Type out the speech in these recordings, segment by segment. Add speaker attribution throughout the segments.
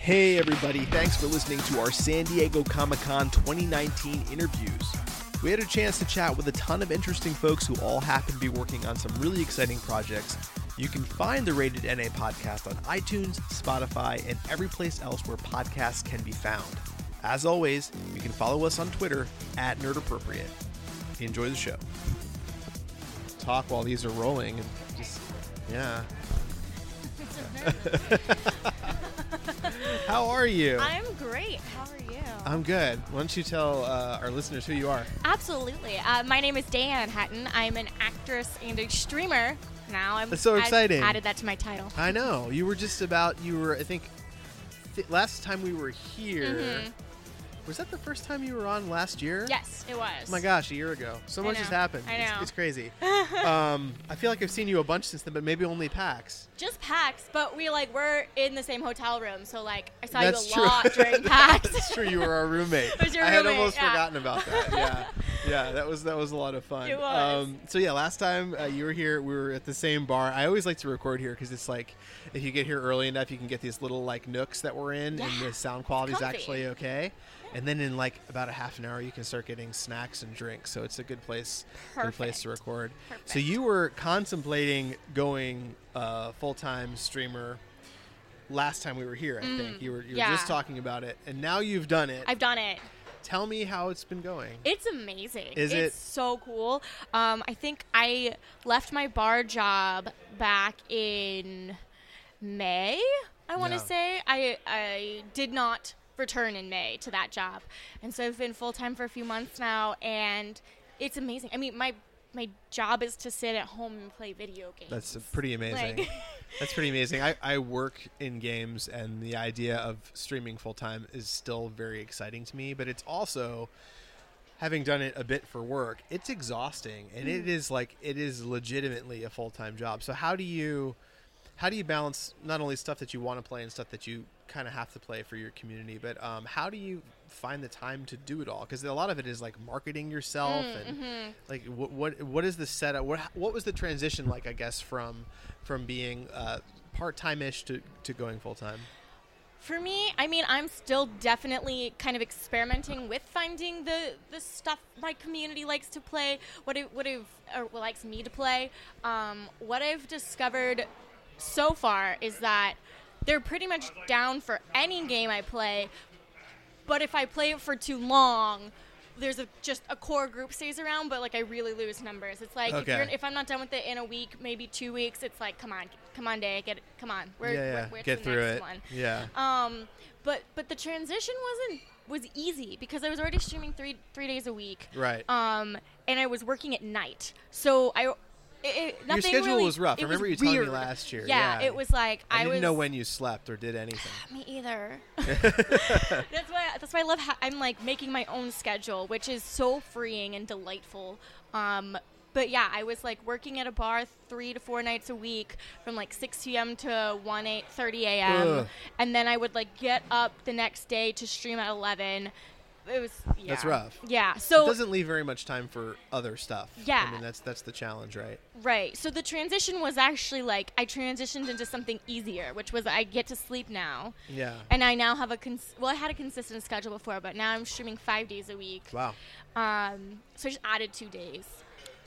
Speaker 1: Hey, everybody. Thanks for listening to our San Diego Comic Con 2019 interviews. We had a chance to chat with a ton of interesting folks who all happen to be working on some really exciting projects. You can find the Rated NA podcast on iTunes, Spotify, and every place else where podcasts can be found. As always, you can follow us on Twitter at NerdAppropriate. Enjoy the show. Talk while these are rolling and just, yeah. How are you?
Speaker 2: I'm great. How are you?
Speaker 1: I'm good. Why don't you tell uh, our listeners who you are?
Speaker 2: Absolutely. Uh, my name is Diane Hatton. I'm an actress and a streamer. Now I'm
Speaker 1: That's so
Speaker 2: I've
Speaker 1: exciting.
Speaker 2: added that to my title.
Speaker 1: I know you were just about you were. I think th- last time we were here
Speaker 2: Mhm.
Speaker 1: was that the first time you were on last year?
Speaker 2: Yes, it was.
Speaker 1: Oh my gosh, a year ago. So
Speaker 2: I
Speaker 1: much has
Speaker 2: know.
Speaker 1: happened.
Speaker 2: I
Speaker 1: It's,
Speaker 2: know.
Speaker 1: it's crazy. um, I feel like I've seen you a bunch since then, but maybe only PAX.
Speaker 2: Just PAX, but we like were in the same hotel room, so like I saw
Speaker 1: That's
Speaker 2: you a
Speaker 1: true.
Speaker 2: lot during PAX.
Speaker 1: That's true. You were our roommate.
Speaker 2: was your
Speaker 1: I had
Speaker 2: roommate,
Speaker 1: almost
Speaker 2: yeah.
Speaker 1: forgotten about that. Yeah, yeah. That was that was a lot of fun. Um,
Speaker 2: It was.
Speaker 1: so yeah, last time uh, you were here, we were at the same bar. I always like to record here because it's like if you get here early enough, you can get these little like nooks that we're in, and
Speaker 2: Yeah.
Speaker 1: the sound quality is
Speaker 2: comfy.
Speaker 1: actually okay. And then in like about a half an hour, you can start getting snacks and drinks. So it's a good place, good place to
Speaker 2: Perfect.
Speaker 1: record. So
Speaker 2: Perfect.
Speaker 1: you were contemplating going uh, full time streamer last time we were here. I think you were you were
Speaker 2: Mm, yeah.
Speaker 1: just talking about it, and now you've done it.
Speaker 2: I've done it.
Speaker 1: Tell me how it's been going.
Speaker 2: It's amazing.
Speaker 1: Is
Speaker 2: it's
Speaker 1: it-
Speaker 2: so cool. Um, I think I left my bar job back in May. I want to
Speaker 1: Yeah.
Speaker 2: say I I did not return in May to that job, and so I've been full time for a few months now, and it's amazing. I mean, my my job is to sit at home and play video games.
Speaker 1: That's pretty amazing.
Speaker 2: Like-
Speaker 1: That's pretty amazing. I, I work in games, and the idea of streaming full time is still very exciting to me. But it's also, having done it a bit for work, it's exhausting, and
Speaker 2: Mm.
Speaker 1: it is like it is legitimately a full time job. So how do you, how do you balance not only stuff that you want to play and stuff that you kind of have to play for your community, but um, how do you find the time to do it all? Because a lot of it is like marketing yourself
Speaker 2: Mm,
Speaker 1: and
Speaker 2: mm-hmm.
Speaker 1: like what what what is the setup? What what was the transition like? I guess from from being uh, part time ish to to going full time.
Speaker 2: For me, I mean, I'm still definitely kind of experimenting with finding the the stuff my community likes to play, what it what I've, or what likes me to play. Um, what I've discovered so far is that they're pretty much down for any game I play, but if I play it for too long. There's a, just a core group stays around, but like I really lose numbers. It's like if,
Speaker 1: Okay.
Speaker 2: you're, if I'm not done with it in a week, maybe two weeks, it's like come on, come on, day, get it, come on, we're, we're, we're to
Speaker 1: get
Speaker 2: the
Speaker 1: through
Speaker 2: next
Speaker 1: it.
Speaker 2: one.
Speaker 1: Yeah.
Speaker 2: Um, but but the transition wasn't was easy because I was already streaming three three days a week.
Speaker 1: Right.
Speaker 2: Um, and I was working at night, so I. It, it, nothing
Speaker 1: schedule
Speaker 2: really-
Speaker 1: was rough. I
Speaker 2: it
Speaker 1: remember you
Speaker 2: was
Speaker 1: telling me
Speaker 2: weird.
Speaker 1: last year.
Speaker 2: Yeah,
Speaker 1: Yeah.
Speaker 2: it was like
Speaker 1: I,
Speaker 2: I,
Speaker 1: didn't
Speaker 2: was
Speaker 1: know when you slept or did anything.
Speaker 2: me either. that's why that's why I love how I'm like making my own schedule, which is so freeing and delightful. Um, but yeah, I was like working at a bar three to four nights a week from like 6 p.m. to 1 8 30 a.m.
Speaker 1: Ugh.
Speaker 2: And then I would like get up the next day to stream at 11. It was yeah.
Speaker 1: That's rough.
Speaker 2: Yeah.
Speaker 1: it
Speaker 2: So
Speaker 1: doesn't leave very much time for other stuff.
Speaker 2: Yeah.
Speaker 1: I mean that's that's the challenge, right?
Speaker 2: Right. So the transition was actually like I transitioned into something easier, which was I get to sleep now.
Speaker 1: Yeah.
Speaker 2: And I now have a cons- well, I had a consistent schedule before, but now I'm streaming five days a week.
Speaker 1: Wow.
Speaker 2: Um, so I just added two days.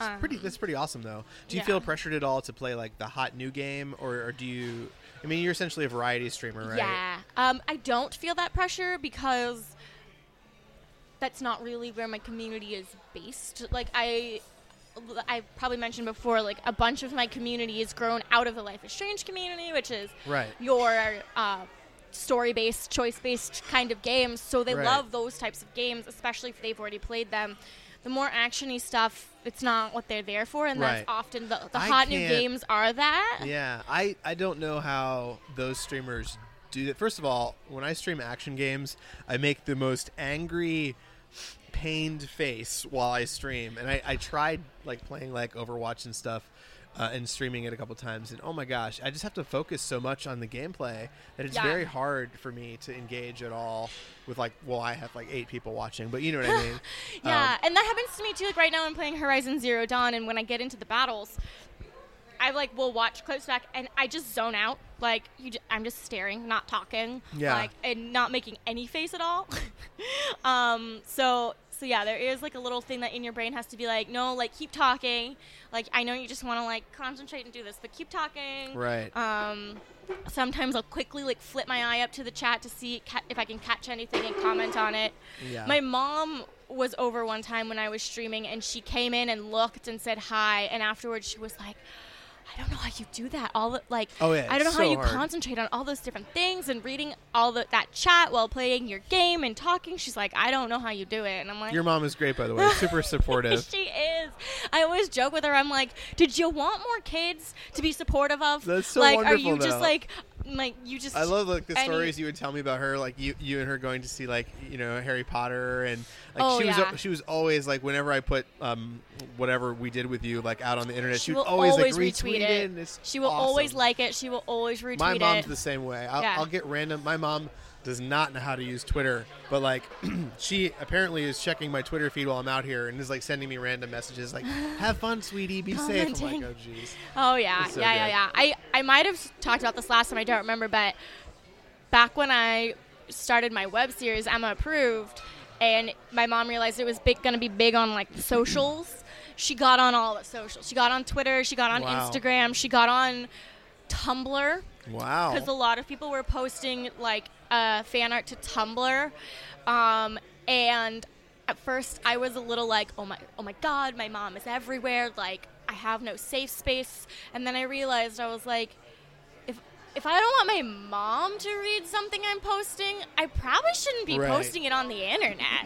Speaker 2: Um,
Speaker 1: Pretty that's pretty awesome though. Do you
Speaker 2: yeah.
Speaker 1: feel pressured at all to play like the hot new game or, or do you I mean you're essentially a variety streamer, right?
Speaker 2: Yeah. Um, I don't feel that pressure because that's not really where my community is based. Like I. I probably mentioned before, like a bunch of my community has grown out of the Life is Strange community, which is
Speaker 1: Right.
Speaker 2: your uh, story based, choice based kind of games. So they
Speaker 1: Right.
Speaker 2: love those types of games, especially if they've already played them. The more actiony stuff, it's not what they're there for, and
Speaker 1: Right.
Speaker 2: that's often the, the
Speaker 1: I
Speaker 2: hot new
Speaker 1: can't-
Speaker 2: games are that.
Speaker 1: Yeah, I I don't know how those streamers do that. First of all, when I stream action games, I make the most angry, pained face while I stream, and I, I tried like playing like Overwatch and stuff. Uh, and streaming it a couple times, and oh my gosh, I just have to focus so much on the gameplay that it's
Speaker 2: Yeah.
Speaker 1: very hard for me to engage at all with like, well, I have like eight people watching, but you know what I mean?
Speaker 2: Yeah,
Speaker 1: Um,
Speaker 2: and that happens to me too. Like right now, I'm playing Horizon Zero Dawn, and when I get into the battles, I like will watch clips back and I just zone out. Like you, j- I'm just staring, not talking,
Speaker 1: Yeah.
Speaker 2: like and not making any face at all. um, so so yeah, there is like a little thing that in your brain has to be like, no, like keep talking. Like I know you just want to like concentrate and do this, but keep talking.
Speaker 1: Right.
Speaker 2: Um, sometimes I'll quickly like flip my eye up to the chat to see ca- if I can catch anything and comment on it.
Speaker 1: Yeah.
Speaker 2: My mom was over one time when I was streaming and she came in and looked and said hi and afterwards she was like I don't know how you do that. All the, like
Speaker 1: Oh, yeah,
Speaker 2: I don't know
Speaker 1: it's
Speaker 2: how
Speaker 1: so
Speaker 2: you
Speaker 1: hard.
Speaker 2: concentrate on all those different things and reading all the, that chat while playing your game and talking. She's like, I don't know how you do it. And I'm like,
Speaker 1: Your mom is great, by the way. Super supportive.
Speaker 2: she is. I always joke with her. I'm like, did you want more kids to be supportive of?
Speaker 1: That's so
Speaker 2: like, are
Speaker 1: wonderful,
Speaker 2: you just
Speaker 1: though.
Speaker 2: like, like you just?
Speaker 1: I love like the
Speaker 2: any-
Speaker 1: stories you would tell me about her, like you, you and her going to see like you know Harry Potter and like
Speaker 2: Oh,
Speaker 1: she was
Speaker 2: yeah.
Speaker 1: she was always like whenever I put um whatever we did with you like out on the internet, she,
Speaker 2: She
Speaker 1: would
Speaker 2: will
Speaker 1: always,
Speaker 2: always,
Speaker 1: like retweet,
Speaker 2: retweet it.
Speaker 1: it. and it's
Speaker 2: she will
Speaker 1: awesome.
Speaker 2: always like it. She will always retweet
Speaker 1: My mom's
Speaker 2: it.
Speaker 1: the same way. I'll,
Speaker 2: Yeah.
Speaker 1: I'll get random. My mom does not know how to use Twitter, but like she apparently is checking my Twitter feed while I'm out here and is like sending me random messages like "Have fun, sweetie. Be safe." I'm
Speaker 2: Commenting.
Speaker 1: like, oh jeez.
Speaker 2: Oh yeah,
Speaker 1: It's so
Speaker 2: yeah, yeah,
Speaker 1: good.
Speaker 2: yeah. I I might have s- talked about this last time. I don't remember, but back when I started my web series, Emma approved, and my mom realized it was big, gonna be big on like socials. She got on all the socials. She got on Twitter. She got on
Speaker 1: Wow.
Speaker 2: Instagram. She got on Tumblr because a
Speaker 1: Wow.
Speaker 2: lot of people were posting like uh, fan art to Tumblr, um, and at first I was a little like, oh my, oh my God, my mom is everywhere. Like I have no safe space. And then I realized I was like, if if I don't want my mom to read something I'm posting, I probably shouldn't be
Speaker 1: Right.
Speaker 2: posting it on the internet.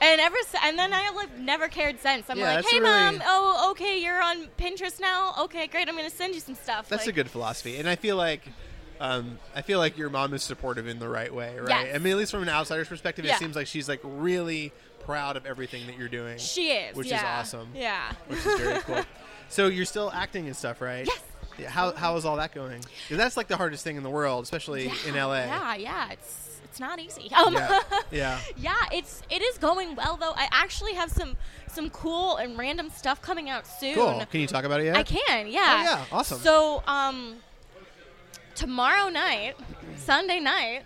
Speaker 2: And ever s- and then I like never cared since. I'm
Speaker 1: Yeah,
Speaker 2: like,
Speaker 1: that's
Speaker 2: hey
Speaker 1: a really-
Speaker 2: mom, oh okay, you're on Pinterest now. Okay, great, I'm gonna send you some stuff.
Speaker 1: That's a
Speaker 2: like,
Speaker 1: good philosophy, and I feel like. Um, I feel like your mom is supportive in the right way, right?
Speaker 2: Yes.
Speaker 1: I mean, at least from an outsider's perspective,
Speaker 2: Yeah.
Speaker 1: it seems like she's like really proud of everything that you're doing.
Speaker 2: She is,
Speaker 1: which
Speaker 2: yeah.
Speaker 1: is awesome.
Speaker 2: Yeah.
Speaker 1: which is very cool. So you're still acting and stuff, right?
Speaker 2: Yes.
Speaker 1: Yeah, How, how is all that going? 'Cause that's like the hardest thing in the world, especially in LA.
Speaker 2: Yeah, yeah, it's it's not easy. Um,
Speaker 1: Yeah.
Speaker 2: yeah.
Speaker 1: yeah.
Speaker 2: it's it is going well though. I actually have some some cool and random stuff coming out soon.
Speaker 1: Cool. Can you talk about it yet?
Speaker 2: I can, yeah.
Speaker 1: Oh, yeah, awesome.
Speaker 2: So, um, tomorrow night, Sunday night.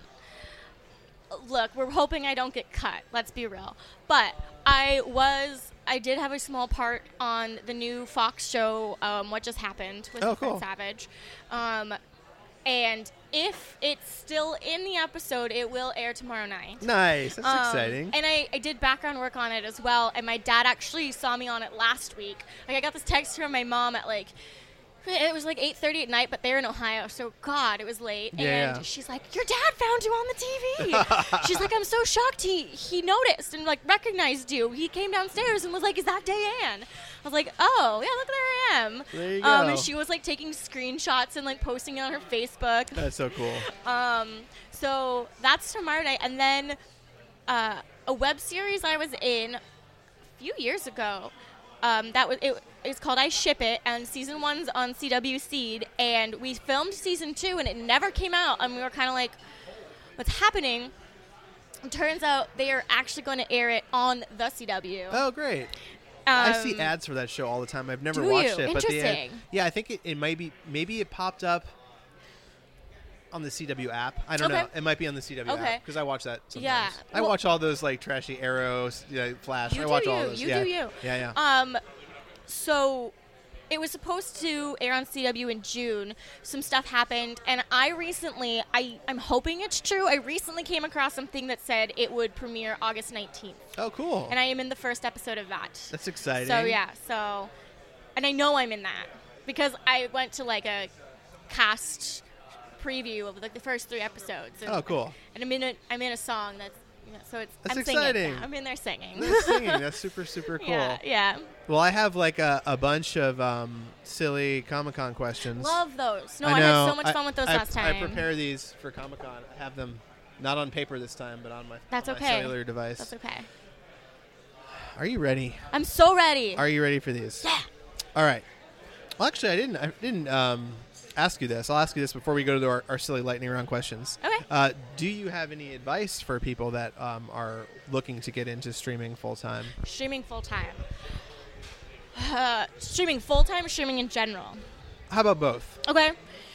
Speaker 2: Look, we're hoping I don't get cut. Let's be real. But I was, I did have a small part on the new Fox show, um, "What Just Happened" with
Speaker 1: Oh,
Speaker 2: Fred
Speaker 1: cool.
Speaker 2: Savage. Um, and if it's still in the episode, it will air tomorrow night.
Speaker 1: Nice. That's
Speaker 2: Um,
Speaker 1: exciting.
Speaker 2: And I, I did background work on it as well. And my dad actually saw me on it last week. Like I got this text from my mom at like it was like 8.30 at night but they're in ohio so god it was late
Speaker 1: Yeah,
Speaker 2: and
Speaker 1: yeah.
Speaker 2: she's like your dad found you on the tv she's like i'm so shocked he he noticed and like recognized you he came downstairs and was like is that diane i was like oh yeah look there i am
Speaker 1: There you
Speaker 2: um,
Speaker 1: go.
Speaker 2: and she was like taking screenshots and like posting it on her facebook
Speaker 1: that's so cool.
Speaker 2: um, so that's tomorrow night, and then uh, a web series I was in a few years ago. Um, that was it. It's called I Ship It, and season one's on CW Seed, and we filmed season two, and it never came out, and we were kind of like, "What's happening?" It turns out they are actually going to air it on the CW.
Speaker 1: Oh, great. I see
Speaker 2: Um,
Speaker 1: ads for that show all the time. I've never
Speaker 2: do
Speaker 1: watched
Speaker 2: you?
Speaker 1: it, but the ad,
Speaker 2: Interesting.
Speaker 1: yeah, I think it, it might be maybe it popped up on the CW app. I don't
Speaker 2: Okay.
Speaker 1: know. It might be on the CW
Speaker 2: Okay.
Speaker 1: app because I watch that. Sometimes.
Speaker 2: Yeah.
Speaker 1: I
Speaker 2: Well-
Speaker 1: watch all those like trashy arrows, yeah, flash.
Speaker 2: You
Speaker 1: I
Speaker 2: do
Speaker 1: watch
Speaker 2: you.
Speaker 1: all those.
Speaker 2: You
Speaker 1: yeah.
Speaker 2: do you.
Speaker 1: Yeah, yeah.
Speaker 2: Um, so it was supposed to air on CW in June. Some stuff happened, and I recently, I I'm hoping it's true. I recently came across something that said it would premiere August 19th,
Speaker 1: oh, cool.
Speaker 2: and I am in the first episode of that.
Speaker 1: That's exciting.
Speaker 2: So yeah, so, and I know I'm in that because I went to like a cast preview of like the first three episodes. And,
Speaker 1: Oh, cool.
Speaker 2: And I'm in a I'm in a song that's. you know, So it's
Speaker 1: That's
Speaker 2: I'm singing.
Speaker 1: exciting.
Speaker 2: Yeah, I'm in there singing.
Speaker 1: That's singing. That's super, super cool.
Speaker 2: Yeah, yeah.
Speaker 1: Well, I have like a, a bunch of um, silly Comic Con questions.
Speaker 2: Love those. No, I,
Speaker 1: I know.
Speaker 2: had so much fun with those
Speaker 1: I-
Speaker 2: last time.
Speaker 1: I prepare these for Comic Con. I have them not on paper this time, but on my,
Speaker 2: That's
Speaker 1: on my
Speaker 2: okay.
Speaker 1: cellular device.
Speaker 2: That's okay.
Speaker 1: Are you ready?
Speaker 2: I'm so ready.
Speaker 1: Are you ready for these?
Speaker 2: yeah.
Speaker 1: All right. Well, actually, I didn't. I didn't um, ask you this. I'll ask you this before we go to our, our silly lightning round questions.
Speaker 2: Okay.
Speaker 1: Uh, do you have any advice for people that um, are looking to get into streaming full time?
Speaker 2: Streaming full time. Uh, streaming full time, streaming in general.
Speaker 1: How about both?
Speaker 2: Okay.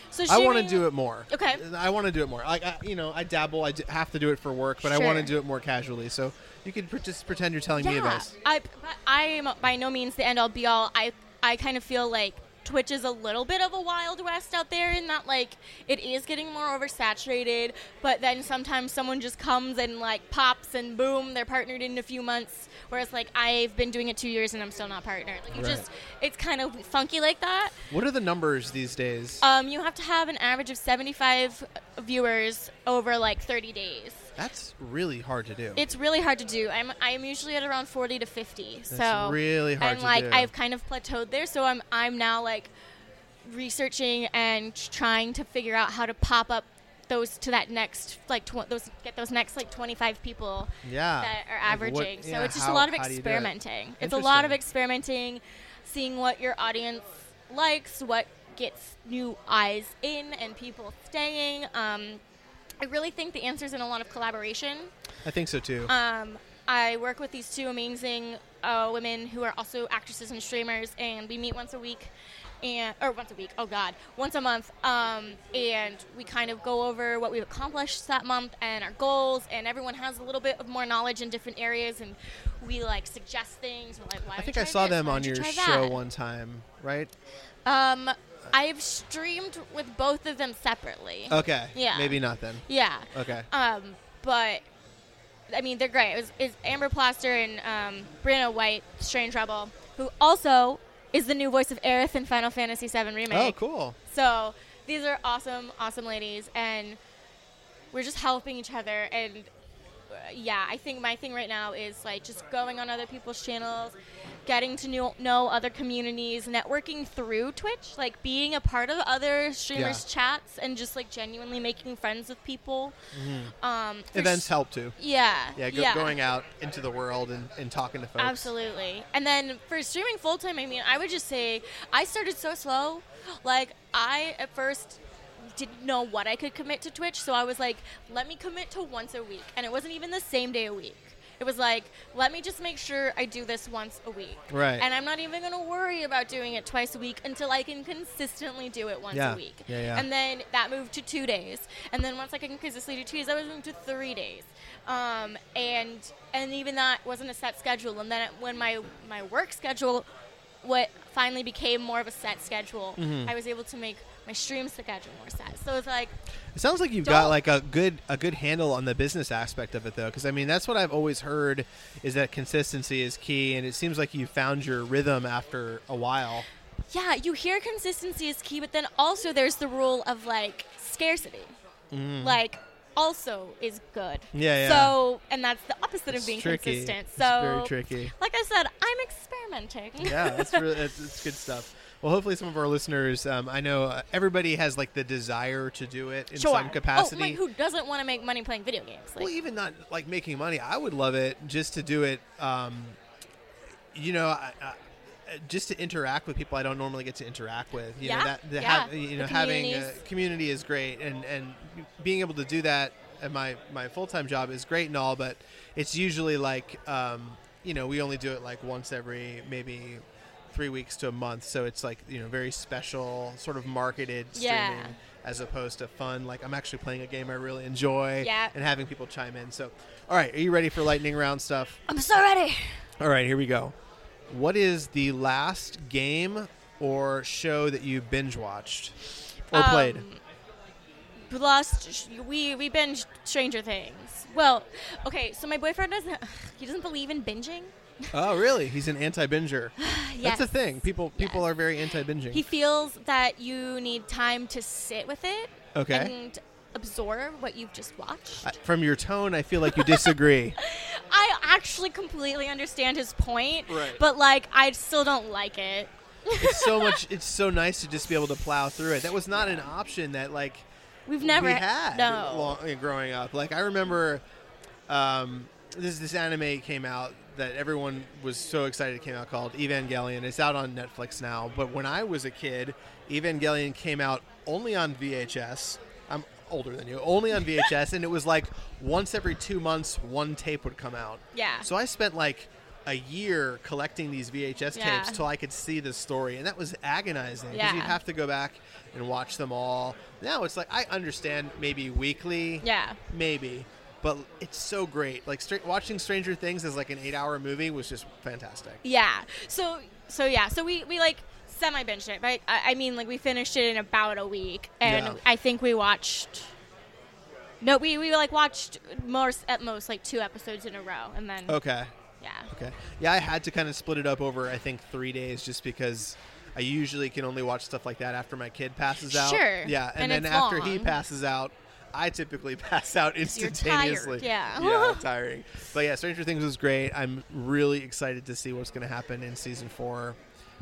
Speaker 2: So
Speaker 1: I want to do it more.
Speaker 2: Okay.
Speaker 1: I want to do it more. Like I, you know, I dabble. I d- have to do it for work, but I want to do
Speaker 2: Sure.
Speaker 1: it more casually. So you could pre- just pretend you're telling me
Speaker 2: Yeah,
Speaker 1: this.
Speaker 2: I I am by no means the end all be all. I I kind of feel like Twitch is a little bit of a wild west out there, in that like it is getting more oversaturated. But then sometimes someone just comes and like pops and boom, they're partnered in a few months. Whereas like I've been doing it two years and I'm still not partnered. Like, it
Speaker 1: Right.
Speaker 2: just it's kind of funky like that.
Speaker 1: What are the numbers these days?
Speaker 2: Um, you have to have an average of 75 viewers over like 30 days.
Speaker 1: That's really hard to do.
Speaker 2: It's really hard to do. I'm I'm usually at around forty to fifty. so
Speaker 1: really hard
Speaker 2: And
Speaker 1: to
Speaker 2: like
Speaker 1: do.
Speaker 2: I've kind of plateaued there, so I'm I'm now like researching and trying to figure out how to pop up those to that next like tw- those get those next like twenty five people
Speaker 1: yeah.
Speaker 2: that are
Speaker 1: Like,
Speaker 2: averaging.
Speaker 1: what-
Speaker 2: so
Speaker 1: yeah,
Speaker 2: it's just
Speaker 1: how-
Speaker 2: a lot of
Speaker 1: how do you do it?
Speaker 2: experimenting. It's a lot of
Speaker 1: Interesting.
Speaker 2: experimenting, seeing what your audience likes, what gets new eyes in and people staying. Um, I really think the answer's in a lot of collaboration.
Speaker 1: I think so too.
Speaker 2: Um, I work with these two amazing uh, women who are also actresses and streamers, and we meet once a week, and or once a week. Oh God, once a month. Um, and we kind of go over what we've accomplished that month and our goals, and everyone has a little bit of more knowledge in different areas, and we like suggest things. We're like, why?
Speaker 1: I
Speaker 2: don't
Speaker 1: think
Speaker 2: you
Speaker 1: I
Speaker 2: try
Speaker 1: saw
Speaker 2: this?
Speaker 1: them
Speaker 2: Why
Speaker 1: on
Speaker 2: don't you
Speaker 1: your
Speaker 2: try
Speaker 1: show
Speaker 2: that?
Speaker 1: one time, right?
Speaker 2: Um, I've streamed with both of them separately.
Speaker 1: Okay.
Speaker 2: Yeah.
Speaker 1: Maybe not then.
Speaker 2: Yeah.
Speaker 1: Okay.
Speaker 2: Um, but I mean, they're great. It was is Amber Plaster and um, Brianna White, Strange Rebel, who also is the new voice of Aerith in Final Fantasy VII Remake.
Speaker 1: Oh, cool.
Speaker 2: So these are awesome, awesome ladies, and we're just helping each other. And uh, yeah, I think my thing right now is like just going on other people's channels, getting to know, know other communities, networking through Twitch, like being a part of other streamers' chats, and just like genuinely making friends with people. Um, for
Speaker 1: Mm-hmm. Events
Speaker 2: s-
Speaker 1: help too.
Speaker 2: yeah.
Speaker 1: Yeah, go, going out into the world and, and talking to folks.
Speaker 2: Absolutely. And then for streaming full time, I mean, I would just say I started so slow. Like, I at first didn't know what I could commit to Twitch, so I was like, let me commit to once a week. And it wasn't even the same day a week. It was like, let me just make sure I do this once a week.
Speaker 1: Right.
Speaker 2: And I'm not even going to worry about doing it twice a week until I can consistently do it once
Speaker 1: Yeah.
Speaker 2: a week.
Speaker 1: Yeah, yeah.
Speaker 2: And then that moved to two days. And then once I can consistently do two days, I was moved to three days. Um, and and even that wasn't a set schedule. And then it, when my my work schedule, what finally became more of a set schedule,
Speaker 1: Mm-hmm.
Speaker 2: I was able to make my stream schedule more set. So it's like
Speaker 1: It sounds like you've got
Speaker 2: Don't-
Speaker 1: like a good a good handle on the business aspect of it though, because I mean that's what I've always heard is that consistency is key, and it seems like you found your rhythm after a while.
Speaker 2: Yeah, you hear consistency is key, but then also there's the rule of like scarcity. Like also is good.
Speaker 1: Mm. Yeah, yeah.
Speaker 2: So and that's the opposite
Speaker 1: It's
Speaker 2: of being
Speaker 1: tricky.
Speaker 2: consistent.
Speaker 1: It's
Speaker 2: So
Speaker 1: very tricky.
Speaker 2: Like I said, I'm experimenting.
Speaker 1: yeah, that's really that's, that's good stuff. Well, hopefully, some of our listeners, um, I know uh, everybody has like the desire to do it in
Speaker 2: sure.
Speaker 1: some capacity.
Speaker 2: Oh, like, who doesn't want to make money playing video games? Like,
Speaker 1: well, even not like making money, I would love it just to do it. Um, you know, I, I, just to interact with people I don't normally get to interact with. You know,
Speaker 2: Yeah,
Speaker 1: that, the,
Speaker 2: yeah,
Speaker 1: ha- you
Speaker 2: the
Speaker 1: know, having a
Speaker 2: communities.
Speaker 1: community is great, and and being able to do that at my my full time job is great and all, but it's usually like um, you know we only do it like once every maybe. Three weeks to a month, so it's like you know very special, sort of marketed streaming,
Speaker 2: Yeah.
Speaker 1: as opposed to fun. Like I'm actually playing a game I really enjoy,
Speaker 2: Yeah.
Speaker 1: and having people chime in. So, all right, are you ready for lightning round stuff?
Speaker 2: I'm so ready.
Speaker 1: All right, here we go. What is the last game or show that you binge watched or
Speaker 2: Um,
Speaker 1: played?
Speaker 2: Lost. We we binged Stranger Things. Well, okay. So my boyfriend doesn't. He doesn't believe in binging.
Speaker 1: Oh, really? He's an anti-binger.
Speaker 2: Yes.
Speaker 1: That's a thing. People people
Speaker 2: Yes.
Speaker 1: are very anti-binging.
Speaker 2: He feels that you need time to sit with it.
Speaker 1: Okay.
Speaker 2: And absorb what you've just watched.
Speaker 1: I- From your tone, I feel like you disagree.
Speaker 2: I actually completely understand his point.
Speaker 1: Right.
Speaker 2: But like I still don't like it.
Speaker 1: it's so much. It's so nice to just be able to plow through it. That was not an option that like
Speaker 2: We've never
Speaker 1: we had
Speaker 2: no.
Speaker 1: long, growing up. Like I remember, um, this this anime came out that everyone was so excited it came out called Evangelion. It's out on Netflix now. But when I was a kid, Evangelion came out only on VHS. I'm older than you. Only on VHS, and it was like once every two months, one tape would come out.
Speaker 2: Yeah.
Speaker 1: So I spent like a year collecting these VHS
Speaker 2: Yeah.
Speaker 1: tapes till I could see the story, and that was agonizing because
Speaker 2: Yeah.
Speaker 1: you'd have to go back and watch them all. Now it's like I understand maybe weekly,
Speaker 2: Yeah.
Speaker 1: maybe, but it's so great. Like stra- watching Stranger Things as like an eight-hour movie was just fantastic.
Speaker 2: Yeah. So so yeah. So we we like semi binged it, but I, I mean like we finished it in about a week, and
Speaker 1: Yeah.
Speaker 2: I think we watched. No, we, we like watched most at most like two episodes in a row, and then
Speaker 1: Okay,
Speaker 2: yeah,
Speaker 1: okay, yeah, I had to kind of split it up over I think three days just because. I usually can only watch stuff like that after my kid passes out.
Speaker 2: Sure.
Speaker 1: Yeah, and,
Speaker 2: And
Speaker 1: then
Speaker 2: it's
Speaker 1: after he
Speaker 2: long.
Speaker 1: passes out, I typically pass out
Speaker 2: you're tired,
Speaker 1: instantaneously.
Speaker 2: yeah.
Speaker 1: yeah, tiring. But yeah, Stranger Things was great. I'm really excited to see what's going to happen in season four.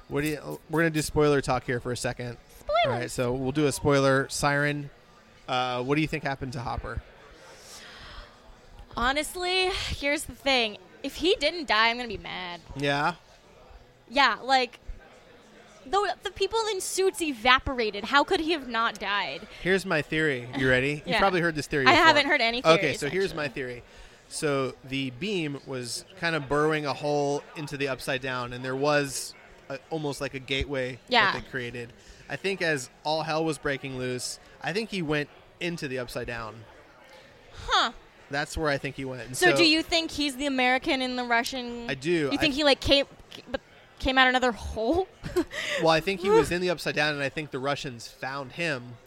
Speaker 1: What do you? We're going to do spoiler talk here for a second. All right,
Speaker 2: Spoilers.
Speaker 1: so we'll do a spoiler siren. Uh, what do you think happened to Hopper?
Speaker 2: Honestly, here's the thing: if he didn't die, I'm gonna be mad.
Speaker 1: Yeah.
Speaker 2: Yeah, like though the people in suits evaporated. How could he have not died?
Speaker 1: Here's my theory. You ready? You
Speaker 2: Yeah.
Speaker 1: probably heard this theory.
Speaker 2: I
Speaker 1: before.
Speaker 2: haven't heard any
Speaker 1: Okay,
Speaker 2: theories,
Speaker 1: so here's
Speaker 2: actually.
Speaker 1: my theory. So the beam was kind of burrowing a hole into the upside down, and there was a, almost like a gateway
Speaker 2: Yeah.
Speaker 1: that they created. I think as all hell was breaking loose, I think he went into the upside down.
Speaker 2: Huh.
Speaker 1: That's where I think he went. And
Speaker 2: So, do you think he's the American and the Russian?
Speaker 1: I do.
Speaker 2: You
Speaker 1: I-
Speaker 2: think he like came, but came out another hole?
Speaker 1: Well, I think he was in the upside down, and I think the Russians found him,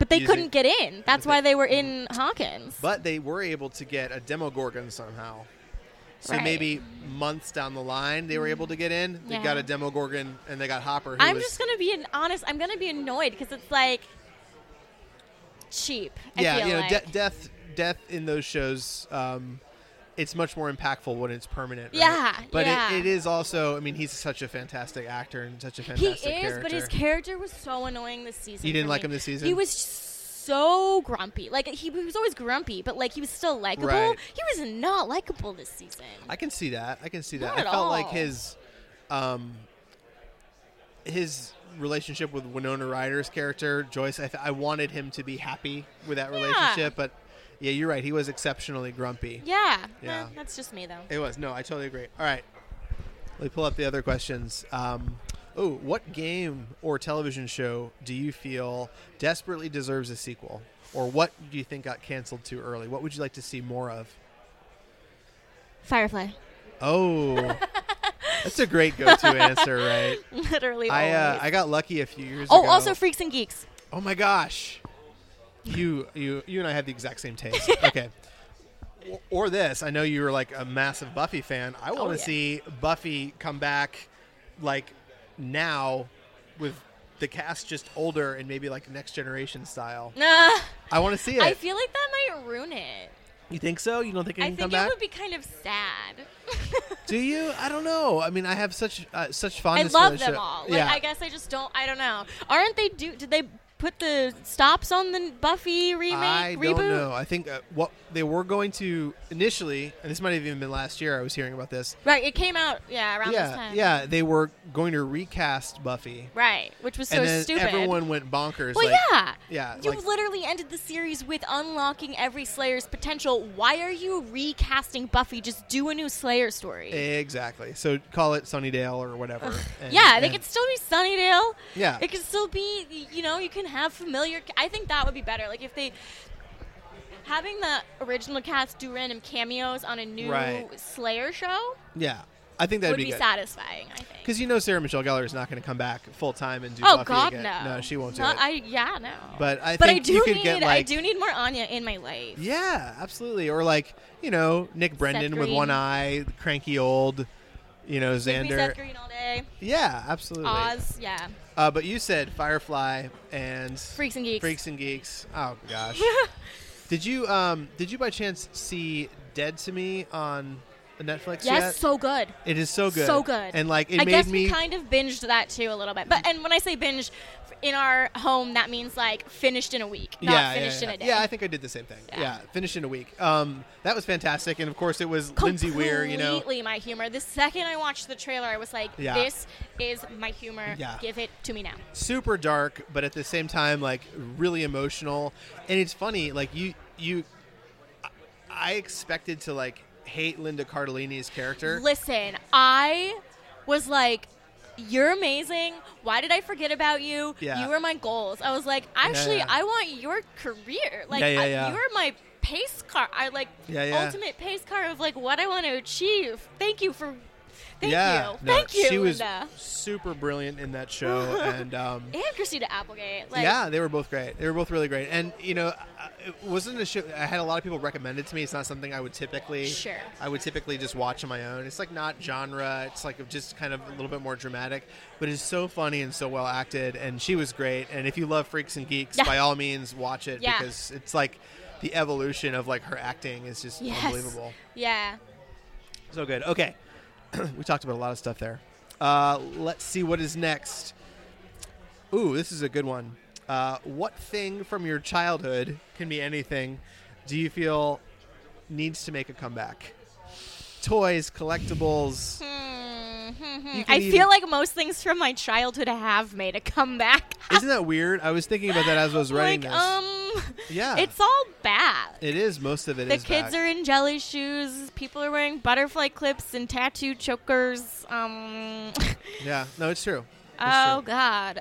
Speaker 2: but they
Speaker 1: Using-
Speaker 2: couldn't get in. That's
Speaker 1: They-
Speaker 2: why they were in Hawkins.
Speaker 1: but they were able to get a Demogorgon somehow. So
Speaker 2: Right.
Speaker 1: maybe months down the line, they were able to get in. They
Speaker 2: Yeah.
Speaker 1: got a Demogorgon, and they got Hopper. Who
Speaker 2: I'm
Speaker 1: was,
Speaker 2: just gonna be an honest. I'm gonna be annoyed because it's like cheap. I
Speaker 1: yeah,
Speaker 2: feel
Speaker 1: you know,
Speaker 2: like.
Speaker 1: de- death, death in those shows, um, it's much more impactful when it's permanent. right?
Speaker 2: Yeah,
Speaker 1: but
Speaker 2: yeah.
Speaker 1: It, it is also. I mean, he's such a fantastic actor and such a
Speaker 2: he
Speaker 1: fantastic
Speaker 2: is,
Speaker 1: character.
Speaker 2: but his character was so annoying this season.
Speaker 1: You didn't
Speaker 2: for
Speaker 1: like
Speaker 2: me.
Speaker 1: him this season?
Speaker 2: He was so grumpy. Like he, he was always grumpy, but like he was still likable.
Speaker 1: Right.
Speaker 2: He was not likable this season.
Speaker 1: I can see that. I can see that.
Speaker 2: Not
Speaker 1: I
Speaker 2: at
Speaker 1: felt like
Speaker 2: all.
Speaker 1: his, um, his relationship with Winona Ryder's character Joyce. I, th- I wanted him to be happy with that relationship, but yeah, you're right. He was exceptionally grumpy.
Speaker 2: yeah,
Speaker 1: Yeah.
Speaker 2: Eh, that's just me though.
Speaker 1: It was. No, I totally agree. All right. Let me pull up the other questions. Um, oh, what game or television show do you feel desperately deserves a sequel? Or what do you think got canceled too early? What would you like to see more of?
Speaker 2: Firefly,
Speaker 1: Oh, that's a great go to answer, right?
Speaker 2: literally.
Speaker 1: I, uh,
Speaker 2: always.
Speaker 1: I got lucky a few years
Speaker 2: oh,
Speaker 1: ago.
Speaker 2: also Freaks and Geeks.
Speaker 1: Oh my gosh. You you you and I have the exact same taste. Okay. Or- Or this, I know you were like a massive Buffy fan. I want to
Speaker 2: Oh, yeah.
Speaker 1: see Buffy come back like now with the cast just older and maybe like next generation style.
Speaker 2: Nah.
Speaker 1: I want to see it.
Speaker 2: I feel like that might ruin it.
Speaker 1: you think so? You don't think it
Speaker 2: I
Speaker 1: can come
Speaker 2: think it
Speaker 1: back?
Speaker 2: would be kind of sad.
Speaker 1: Do you? I don't know. I mean, I have such uh, such
Speaker 2: I
Speaker 1: fondness for
Speaker 2: love
Speaker 1: this
Speaker 2: them
Speaker 1: show.
Speaker 2: all. Like,
Speaker 1: yeah.
Speaker 2: I guess I just don't. I don't know. Aren't they do? Did they put the stops on the Buffy remake
Speaker 1: I
Speaker 2: reboot?
Speaker 1: don't know. I think uh, what they were going to initially, and this might have even been last year. I was hearing about this.
Speaker 2: Right. It came out. Yeah. Around
Speaker 1: yeah,
Speaker 2: this time.
Speaker 1: yeah, they were going to recast Buffy,
Speaker 2: Right. Which was so
Speaker 1: and then
Speaker 2: stupid.
Speaker 1: everyone went bonkers.
Speaker 2: well,
Speaker 1: like,
Speaker 2: yeah.
Speaker 1: yeah,
Speaker 2: You
Speaker 1: like-
Speaker 2: literally ended the series with unlocking every Slayer's potential. Why are you recasting Buffy? Just do a new Slayer story.
Speaker 1: exactly. So call it Sunnydale or whatever. and-
Speaker 2: yeah, they
Speaker 1: and-
Speaker 2: could still be Sunnydale.
Speaker 1: Yeah.
Speaker 2: It could still be, you know, you can have familiar. I think that would be better. Like if they. Having the original cast do random cameos on a new
Speaker 1: Right.
Speaker 2: Slayer show
Speaker 1: yeah, I think that'd
Speaker 2: would be,
Speaker 1: be, good.
Speaker 2: satisfying, I think.
Speaker 1: Because you know Sarah Michelle Gellar is not going to come back full time and do
Speaker 2: oh,
Speaker 1: Buffy
Speaker 2: God,
Speaker 1: again.
Speaker 2: no.
Speaker 1: she won't do
Speaker 2: Not-
Speaker 1: it.
Speaker 2: I, yeah, no.
Speaker 1: But I
Speaker 2: but I
Speaker 1: think
Speaker 2: do
Speaker 1: you could
Speaker 2: need,
Speaker 1: get,
Speaker 2: I
Speaker 1: like-
Speaker 2: do need more Anya in my life.
Speaker 1: yeah, absolutely. Or like you know Nick Brendan with
Speaker 2: Green.
Speaker 1: one eye, cranky old, you know
Speaker 2: Give me Seth
Speaker 1: Xander.
Speaker 2: Green all day.
Speaker 1: Yeah, absolutely.
Speaker 2: Oz, yeah.
Speaker 1: Uh, but you said Firefly and
Speaker 2: Freaks and Geeks.
Speaker 1: Freaks and Geeks. Oh gosh. did you um did you by chance see Dead to Me on Netflix
Speaker 2: Yes,
Speaker 1: yet?
Speaker 2: so good.
Speaker 1: it is so good.
Speaker 2: So good.
Speaker 1: And like it
Speaker 2: I
Speaker 1: made
Speaker 2: guess
Speaker 1: me
Speaker 2: we kind of binged that too a little bit. But and when I say binge in our home, that means like finished in a week, not
Speaker 1: yeah,
Speaker 2: finished
Speaker 1: yeah, yeah.
Speaker 2: in a day.
Speaker 1: Yeah, I think I did the same thing. Yeah,
Speaker 2: Yeah.
Speaker 1: finished in a week. Um, that was fantastic, and of course it was Lindsay Weir. You know,
Speaker 2: completely my humor. The second I watched the trailer, I was like,
Speaker 1: Yeah.
Speaker 2: "This is my humor.
Speaker 1: Yeah.
Speaker 2: Give it to me now."
Speaker 1: super dark, but at the same time like really emotional. And it's funny, like you you, I- I expected to like hate Linda Cardellini's character.
Speaker 2: Listen, I was like, you're amazing. Why did I forget about you?
Speaker 1: Yeah.
Speaker 2: You were my goals. I was like, actually,
Speaker 1: yeah.
Speaker 2: I want your career. Like,
Speaker 1: Yeah, yeah,
Speaker 2: I-
Speaker 1: yeah.
Speaker 2: you're my pace car. I like
Speaker 1: Yeah, yeah.
Speaker 2: ultimate pace car of like what I want to achieve. Thank you for, thank
Speaker 1: yeah,
Speaker 2: you,
Speaker 1: no,
Speaker 2: thank you,
Speaker 1: She was
Speaker 2: Linda.
Speaker 1: super brilliant in that show, and um,
Speaker 2: And Christina Applegate. Like,
Speaker 1: yeah, they were both great. They were both really great. And you know, I- it wasn't a show. I had a lot of people recommend it to me. It's not something I would typically.
Speaker 2: Sure.
Speaker 1: I would typically just watch on my own. It's like not genre. It's like just kind of a little bit more dramatic, but it's so funny and so well acted. And she was great. And if you love Freaks and Geeks,
Speaker 2: Yeah.
Speaker 1: by all means, watch it
Speaker 2: Yeah.
Speaker 1: because it's like the evolution of like her acting is just
Speaker 2: Yes.
Speaker 1: unbelievable.
Speaker 2: Yeah.
Speaker 1: So good. Okay, we talked about a lot of stuff there. Uh, let's see what is next. Ooh, this is a good one. Uh, what thing from your childhood can be anything? Do you feel needs to make a comeback? Toys, collectibles.
Speaker 2: Hmm, hmm, hmm.
Speaker 1: You can
Speaker 2: I
Speaker 1: either-
Speaker 2: feel like most things from my childhood have made a comeback.
Speaker 1: Isn't that weird? I was thinking about that as I was writing
Speaker 2: like,
Speaker 1: this.
Speaker 2: um,
Speaker 1: Yeah.
Speaker 2: it's all bad.
Speaker 1: it is most of it is
Speaker 2: the kids
Speaker 1: back.
Speaker 2: are in jelly shoes. People are wearing butterfly clips and tattoo chokers. Um,
Speaker 1: Yeah, no, it's true. It's
Speaker 2: oh
Speaker 1: true.
Speaker 2: God,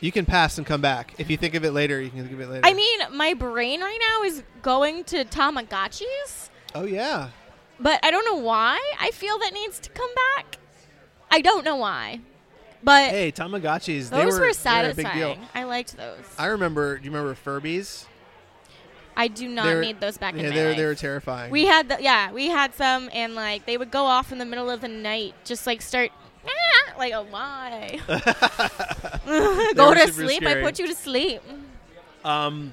Speaker 1: You can pass and come back if you think of it later. You can think of it later.
Speaker 2: I mean, my brain right now is going to Tamagotchis,
Speaker 1: oh yeah,
Speaker 2: but I don't know why. I feel that needs to come back. I don't know why, but
Speaker 1: hey, Tamagotchis. they
Speaker 2: those
Speaker 1: were,
Speaker 2: were,
Speaker 1: they a big deal.
Speaker 2: satisfying. I liked those.
Speaker 1: I
Speaker 2: I,
Speaker 1: remember. Do you remember Furbies?
Speaker 2: do not
Speaker 1: They were-
Speaker 2: need Oh, those back
Speaker 1: yeah,
Speaker 2: in my
Speaker 1: they were,
Speaker 2: life.
Speaker 1: they were terrifying.
Speaker 2: We had the, yeah, we had some, and like they would go off in the middle of the night, just like start. "Ah," Like oh my, go
Speaker 1: were
Speaker 2: to
Speaker 1: super
Speaker 2: sleep.
Speaker 1: scary.
Speaker 2: I put you to sleep.
Speaker 1: um,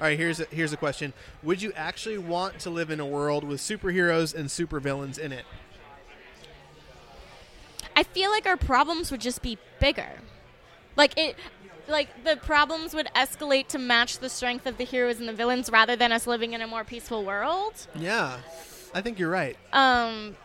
Speaker 1: all right, here's a, here's a question: Would you actually want to live in a world with superheroes and supervillains in it?
Speaker 2: I feel like our problems would just be bigger. Like it, like the problems would escalate to match the strength of the heroes and the villains, rather than us living in a more peaceful world.
Speaker 1: Yeah, I think you're right.
Speaker 2: Um,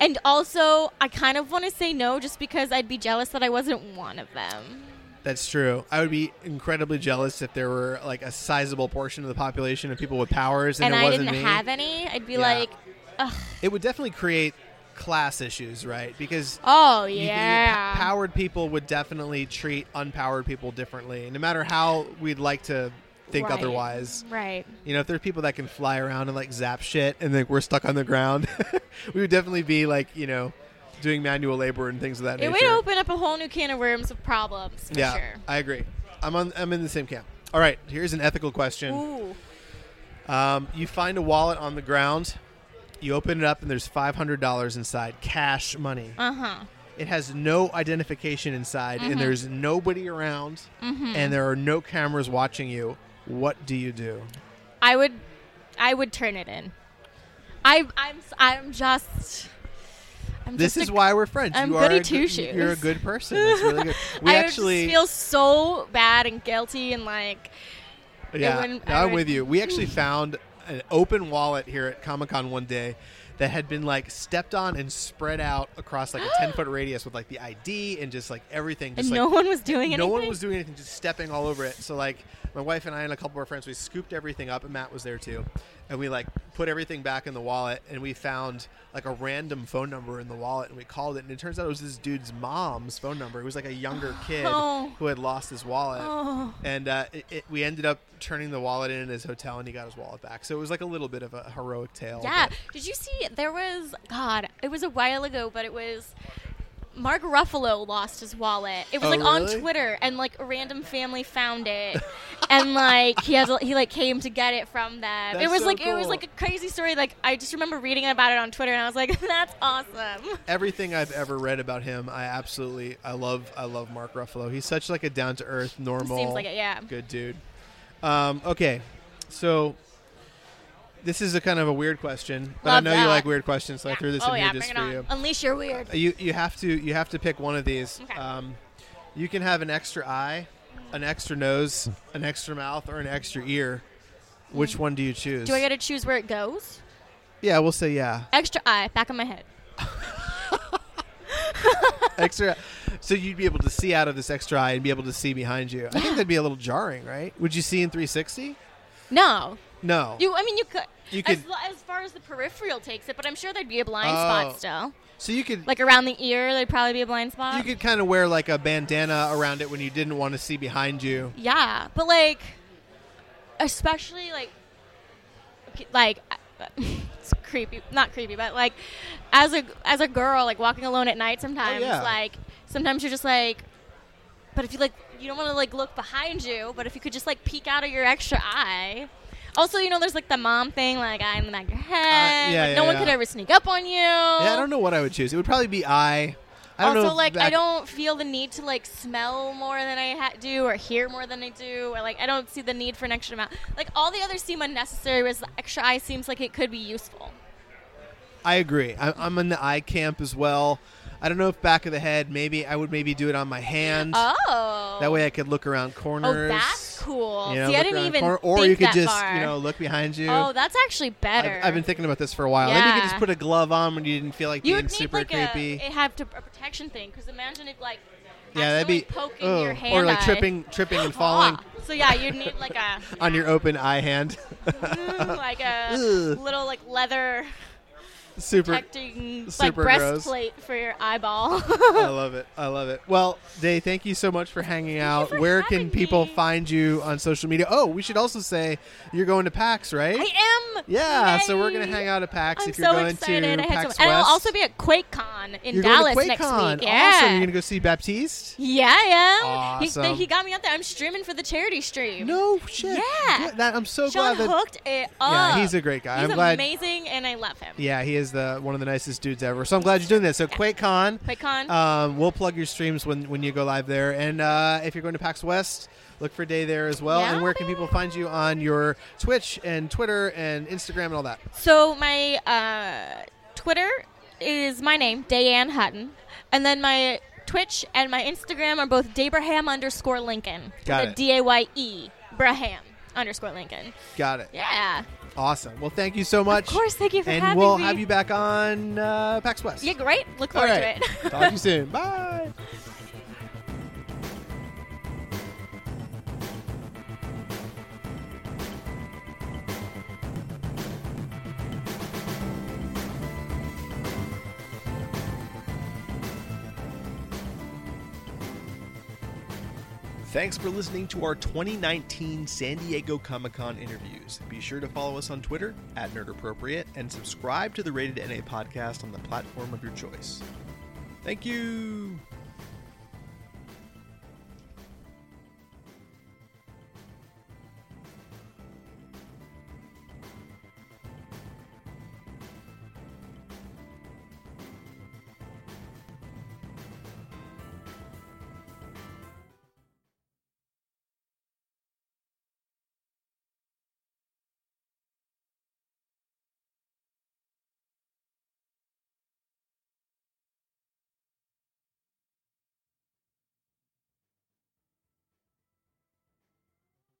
Speaker 2: and also, I kind of want to say no, just because I'd be jealous that I wasn't one of them.
Speaker 1: That's true. I would be incredibly jealous if there were like a sizable portion of the population of people with powers and,
Speaker 2: and
Speaker 1: it
Speaker 2: I
Speaker 1: wasn't
Speaker 2: didn't
Speaker 1: me.
Speaker 2: have any. I'd be
Speaker 1: Yeah.
Speaker 2: like, Ugh,
Speaker 1: It would definitely create class issues, right? Because
Speaker 2: oh
Speaker 1: you- you-
Speaker 2: yeah.
Speaker 1: powered people would definitely treat unpowered people differently, no matter how we'd like to think
Speaker 2: Right.
Speaker 1: otherwise.
Speaker 2: Right.
Speaker 1: You know, if there's people that can fly around and like zap shit and like we're stuck on the ground, we would definitely be like, you know, doing manual labor and things of that
Speaker 2: It would
Speaker 1: nature.
Speaker 2: open up a whole new can of worms of problems for
Speaker 1: yeah,
Speaker 2: sure.
Speaker 1: I agree. I'm on I'm in the same camp. All right, here's an ethical question.
Speaker 2: Ooh.
Speaker 1: Um, you find a wallet on the ground, you open it up and there's $500 inside, cash money.
Speaker 2: Uh huh.
Speaker 1: It has no identification inside
Speaker 2: Mm-hmm.
Speaker 1: and there's nobody around and there are no cameras watching you. What do you do?
Speaker 2: I would, I would turn it in. I, I'm, s- I'm just. I'm
Speaker 1: This
Speaker 2: just
Speaker 1: is
Speaker 2: a-
Speaker 1: why we're friends.
Speaker 2: I'm
Speaker 1: you are
Speaker 2: goody
Speaker 1: a good-
Speaker 2: two-shoes.
Speaker 1: You're a good person. That's really good. We
Speaker 2: I
Speaker 1: actually,
Speaker 2: would just feel so bad and guilty and like
Speaker 1: yeah,
Speaker 2: wouldn't-
Speaker 1: no,
Speaker 2: I
Speaker 1: I'm
Speaker 2: would-
Speaker 1: with you. We actually found an open wallet here at Comic Con one day that had been like stepped on and spread out across like a ten foot radius with like the ID and just like everything. Just
Speaker 2: and
Speaker 1: like
Speaker 2: no one was doing anything.
Speaker 1: no one was doing anything, just stepping all over it. So like my wife and I and a couple of our friends, we scooped everything up, and Matt was there too, and we like put everything back in the wallet, and we found like a random phone number in the wallet, and we called it, and it turns out it was this dude's mom's phone number. It was like a younger kid
Speaker 2: Oh.
Speaker 1: who had lost his wallet,
Speaker 2: Oh.
Speaker 1: and uh, it, it, we ended up turning the wallet in at his hotel, and he got his wallet back. So it was like a little bit of a heroic tale.
Speaker 2: Yeah.
Speaker 1: but-
Speaker 2: Did you see? There was God. It was a while ago, but it was Mark Ruffalo lost his wallet. It was
Speaker 1: Oh,
Speaker 2: like
Speaker 1: really?
Speaker 2: on Twitter, and like a random family found it, and like he has a- he like came to get it from them.
Speaker 1: That's
Speaker 2: it was
Speaker 1: so
Speaker 2: like it was
Speaker 1: cool.
Speaker 2: like a crazy story. Like I just remember reading about it on Twitter, and I was like, that's awesome.
Speaker 1: everything I've ever read about him, I absolutely I love I love Mark Ruffalo. He's such like a down to earth, normal,
Speaker 2: Seems like it, yeah.
Speaker 1: good dude. Um, okay, so this is a kind of a weird question, but I
Speaker 2: Love
Speaker 1: know you
Speaker 2: that.
Speaker 1: like weird questions, so I
Speaker 2: Yeah.
Speaker 1: threw this
Speaker 2: oh
Speaker 1: in
Speaker 2: yeah,
Speaker 1: here just
Speaker 2: bring
Speaker 1: for
Speaker 2: it on.
Speaker 1: you.
Speaker 2: Unleash your weird.
Speaker 1: You you have to you have to pick one of these.
Speaker 2: Okay.
Speaker 1: Um, you can have an extra eye, an extra nose, an extra mouth, or an extra ear. Which one do you choose?
Speaker 2: Mm. Do I get to choose where it goes?
Speaker 1: yeah, we'll say yeah.
Speaker 2: Extra eye, back of my head.
Speaker 1: extra so you'd be able to see out of this extra eye and be able to see behind you i think that'd be a little jarring right would you see in 360
Speaker 2: No,
Speaker 1: No.
Speaker 2: You, I mean, you could.
Speaker 1: Oh. You
Speaker 2: as,
Speaker 1: could-
Speaker 2: lo- as far as the peripheral takes it, but I'm sure there'd be a blind spot
Speaker 1: Oh.
Speaker 2: still.
Speaker 1: so you could
Speaker 2: Like uh, around the ear, there'd probably be a blind spot.
Speaker 1: you could kind of wear like a bandana around it when you didn't want to see behind you.
Speaker 2: Yeah, but like, especially like, okay, like uh, it's creepy. Not creepy, but like, as a as a girl, like walking alone at night, sometimes
Speaker 1: Oh, yeah.
Speaker 2: like sometimes you're just like, but if you like, you don't want to like look behind you, but if you could just like peek out of your extra eye. Also, you know, there's like the mom thing, like eye in the back of your head.
Speaker 1: Uh, yeah,
Speaker 2: like,
Speaker 1: yeah,
Speaker 2: no one
Speaker 1: yeah.
Speaker 2: could ever sneak up on you.
Speaker 1: Yeah, I don't know what I would choose. It would probably be I. I don't know.
Speaker 2: also,
Speaker 1: if
Speaker 2: like, I
Speaker 1: back-
Speaker 2: don't feel the need to like smell more than I ha- do, or hear more than I do, or like I don't see the need for an extra amount. Like all the others seem unnecessary, whereas the extra eye seems like it could be useful.
Speaker 1: I agree. I, I'm in the I camp as well. I don't know if back of the head. Maybe I would maybe do it on my hand.
Speaker 2: Oh,
Speaker 1: that way I could look around corners.
Speaker 2: Oh, that's cool.
Speaker 1: You know,
Speaker 2: See, I
Speaker 1: look
Speaker 2: didn't
Speaker 1: around
Speaker 2: even
Speaker 1: corner- or
Speaker 2: think
Speaker 1: you could
Speaker 2: that
Speaker 1: just
Speaker 2: far.
Speaker 1: you know look behind you.
Speaker 2: Oh, that's actually better.
Speaker 1: I've, I've been thinking about this for a while. Maybe you could just
Speaker 2: Yeah.
Speaker 1: put a glove on when you didn't feel like
Speaker 2: you
Speaker 1: being
Speaker 2: would need
Speaker 1: super
Speaker 2: like
Speaker 1: creepy.
Speaker 2: a it have to a protection thing because imagine if like
Speaker 1: yeah, that'd be
Speaker 2: accidentally poking
Speaker 1: oh,
Speaker 2: your hand
Speaker 1: or like
Speaker 2: eye.
Speaker 1: tripping, tripping and
Speaker 2: Ah.
Speaker 1: falling
Speaker 2: So yeah, you'd need like a mm,
Speaker 1: on your open eye hand.
Speaker 2: like a
Speaker 1: Ugh.
Speaker 2: little like leather
Speaker 1: super,
Speaker 2: protecting like
Speaker 1: super gross.
Speaker 2: breastplate for your eyeball.
Speaker 1: I love it. I love it. Well, Day, thank you so much for hanging out.
Speaker 2: for
Speaker 1: Where can
Speaker 2: having
Speaker 1: people
Speaker 2: me.
Speaker 1: find you on social media? Oh, we should also say you're going to PAX, right?
Speaker 2: I am.
Speaker 1: yeah, so
Speaker 2: Yay.
Speaker 1: we're gonna hang out at PAX
Speaker 2: I'm
Speaker 1: if you're
Speaker 2: so
Speaker 1: going
Speaker 2: excited.
Speaker 1: to
Speaker 2: I
Speaker 1: PAX
Speaker 2: had
Speaker 1: West.
Speaker 2: so and I'll also be at QuakeCon in
Speaker 1: you're
Speaker 2: Dallas
Speaker 1: going to
Speaker 2: next
Speaker 1: QuakeCon.
Speaker 2: week. Yeah.
Speaker 1: Awesome. You're gonna go see Baptiste?
Speaker 2: yeah, I am. He-
Speaker 1: Awesome.
Speaker 2: He, got me out there. I'm streaming for the charity stream.
Speaker 1: No shit.
Speaker 2: Yeah.
Speaker 1: Good. That, I'm so
Speaker 2: Sean
Speaker 1: glad that.
Speaker 2: hooked it up.
Speaker 1: Yeah, he's a great guy.
Speaker 2: He's
Speaker 1: I'm glad.
Speaker 2: amazing, and I love him.
Speaker 1: Yeah, he is the one of the nicest dudes ever. So I'm glad you're doing this. So QuakeCon.
Speaker 2: QuakeCon.
Speaker 1: Um, we'll plug your streams when, when you go live there. And uh, if you're going to PAX West, look for Day there as well. And where can people find you on your Twitch and Twitter and Instagram and all that?
Speaker 2: So my uh, Twitter is my name, Dayanne Hutton, and then my Twitch and my Instagram are both Dabraham underscore Lincoln.
Speaker 1: Got
Speaker 2: the
Speaker 1: it.
Speaker 2: D A Y E Braham underscore Lincoln.
Speaker 1: Got it.
Speaker 2: Yeah.
Speaker 1: Awesome. Well, thank you so much.
Speaker 2: Of course, thank you for
Speaker 1: And
Speaker 2: having
Speaker 1: we'll
Speaker 2: me.
Speaker 1: have you back on uh, PAX West.
Speaker 2: Yeah, great. Look
Speaker 1: All
Speaker 2: forward
Speaker 1: right.
Speaker 2: to it.
Speaker 1: Talk to you soon. Bye. Thanks for listening to our 2019 San Diego Comic Con interviews. Be sure to follow us on Twitter at NerdAppropriate and subscribe to the Rated NA podcast on the platform of your choice. Thank you.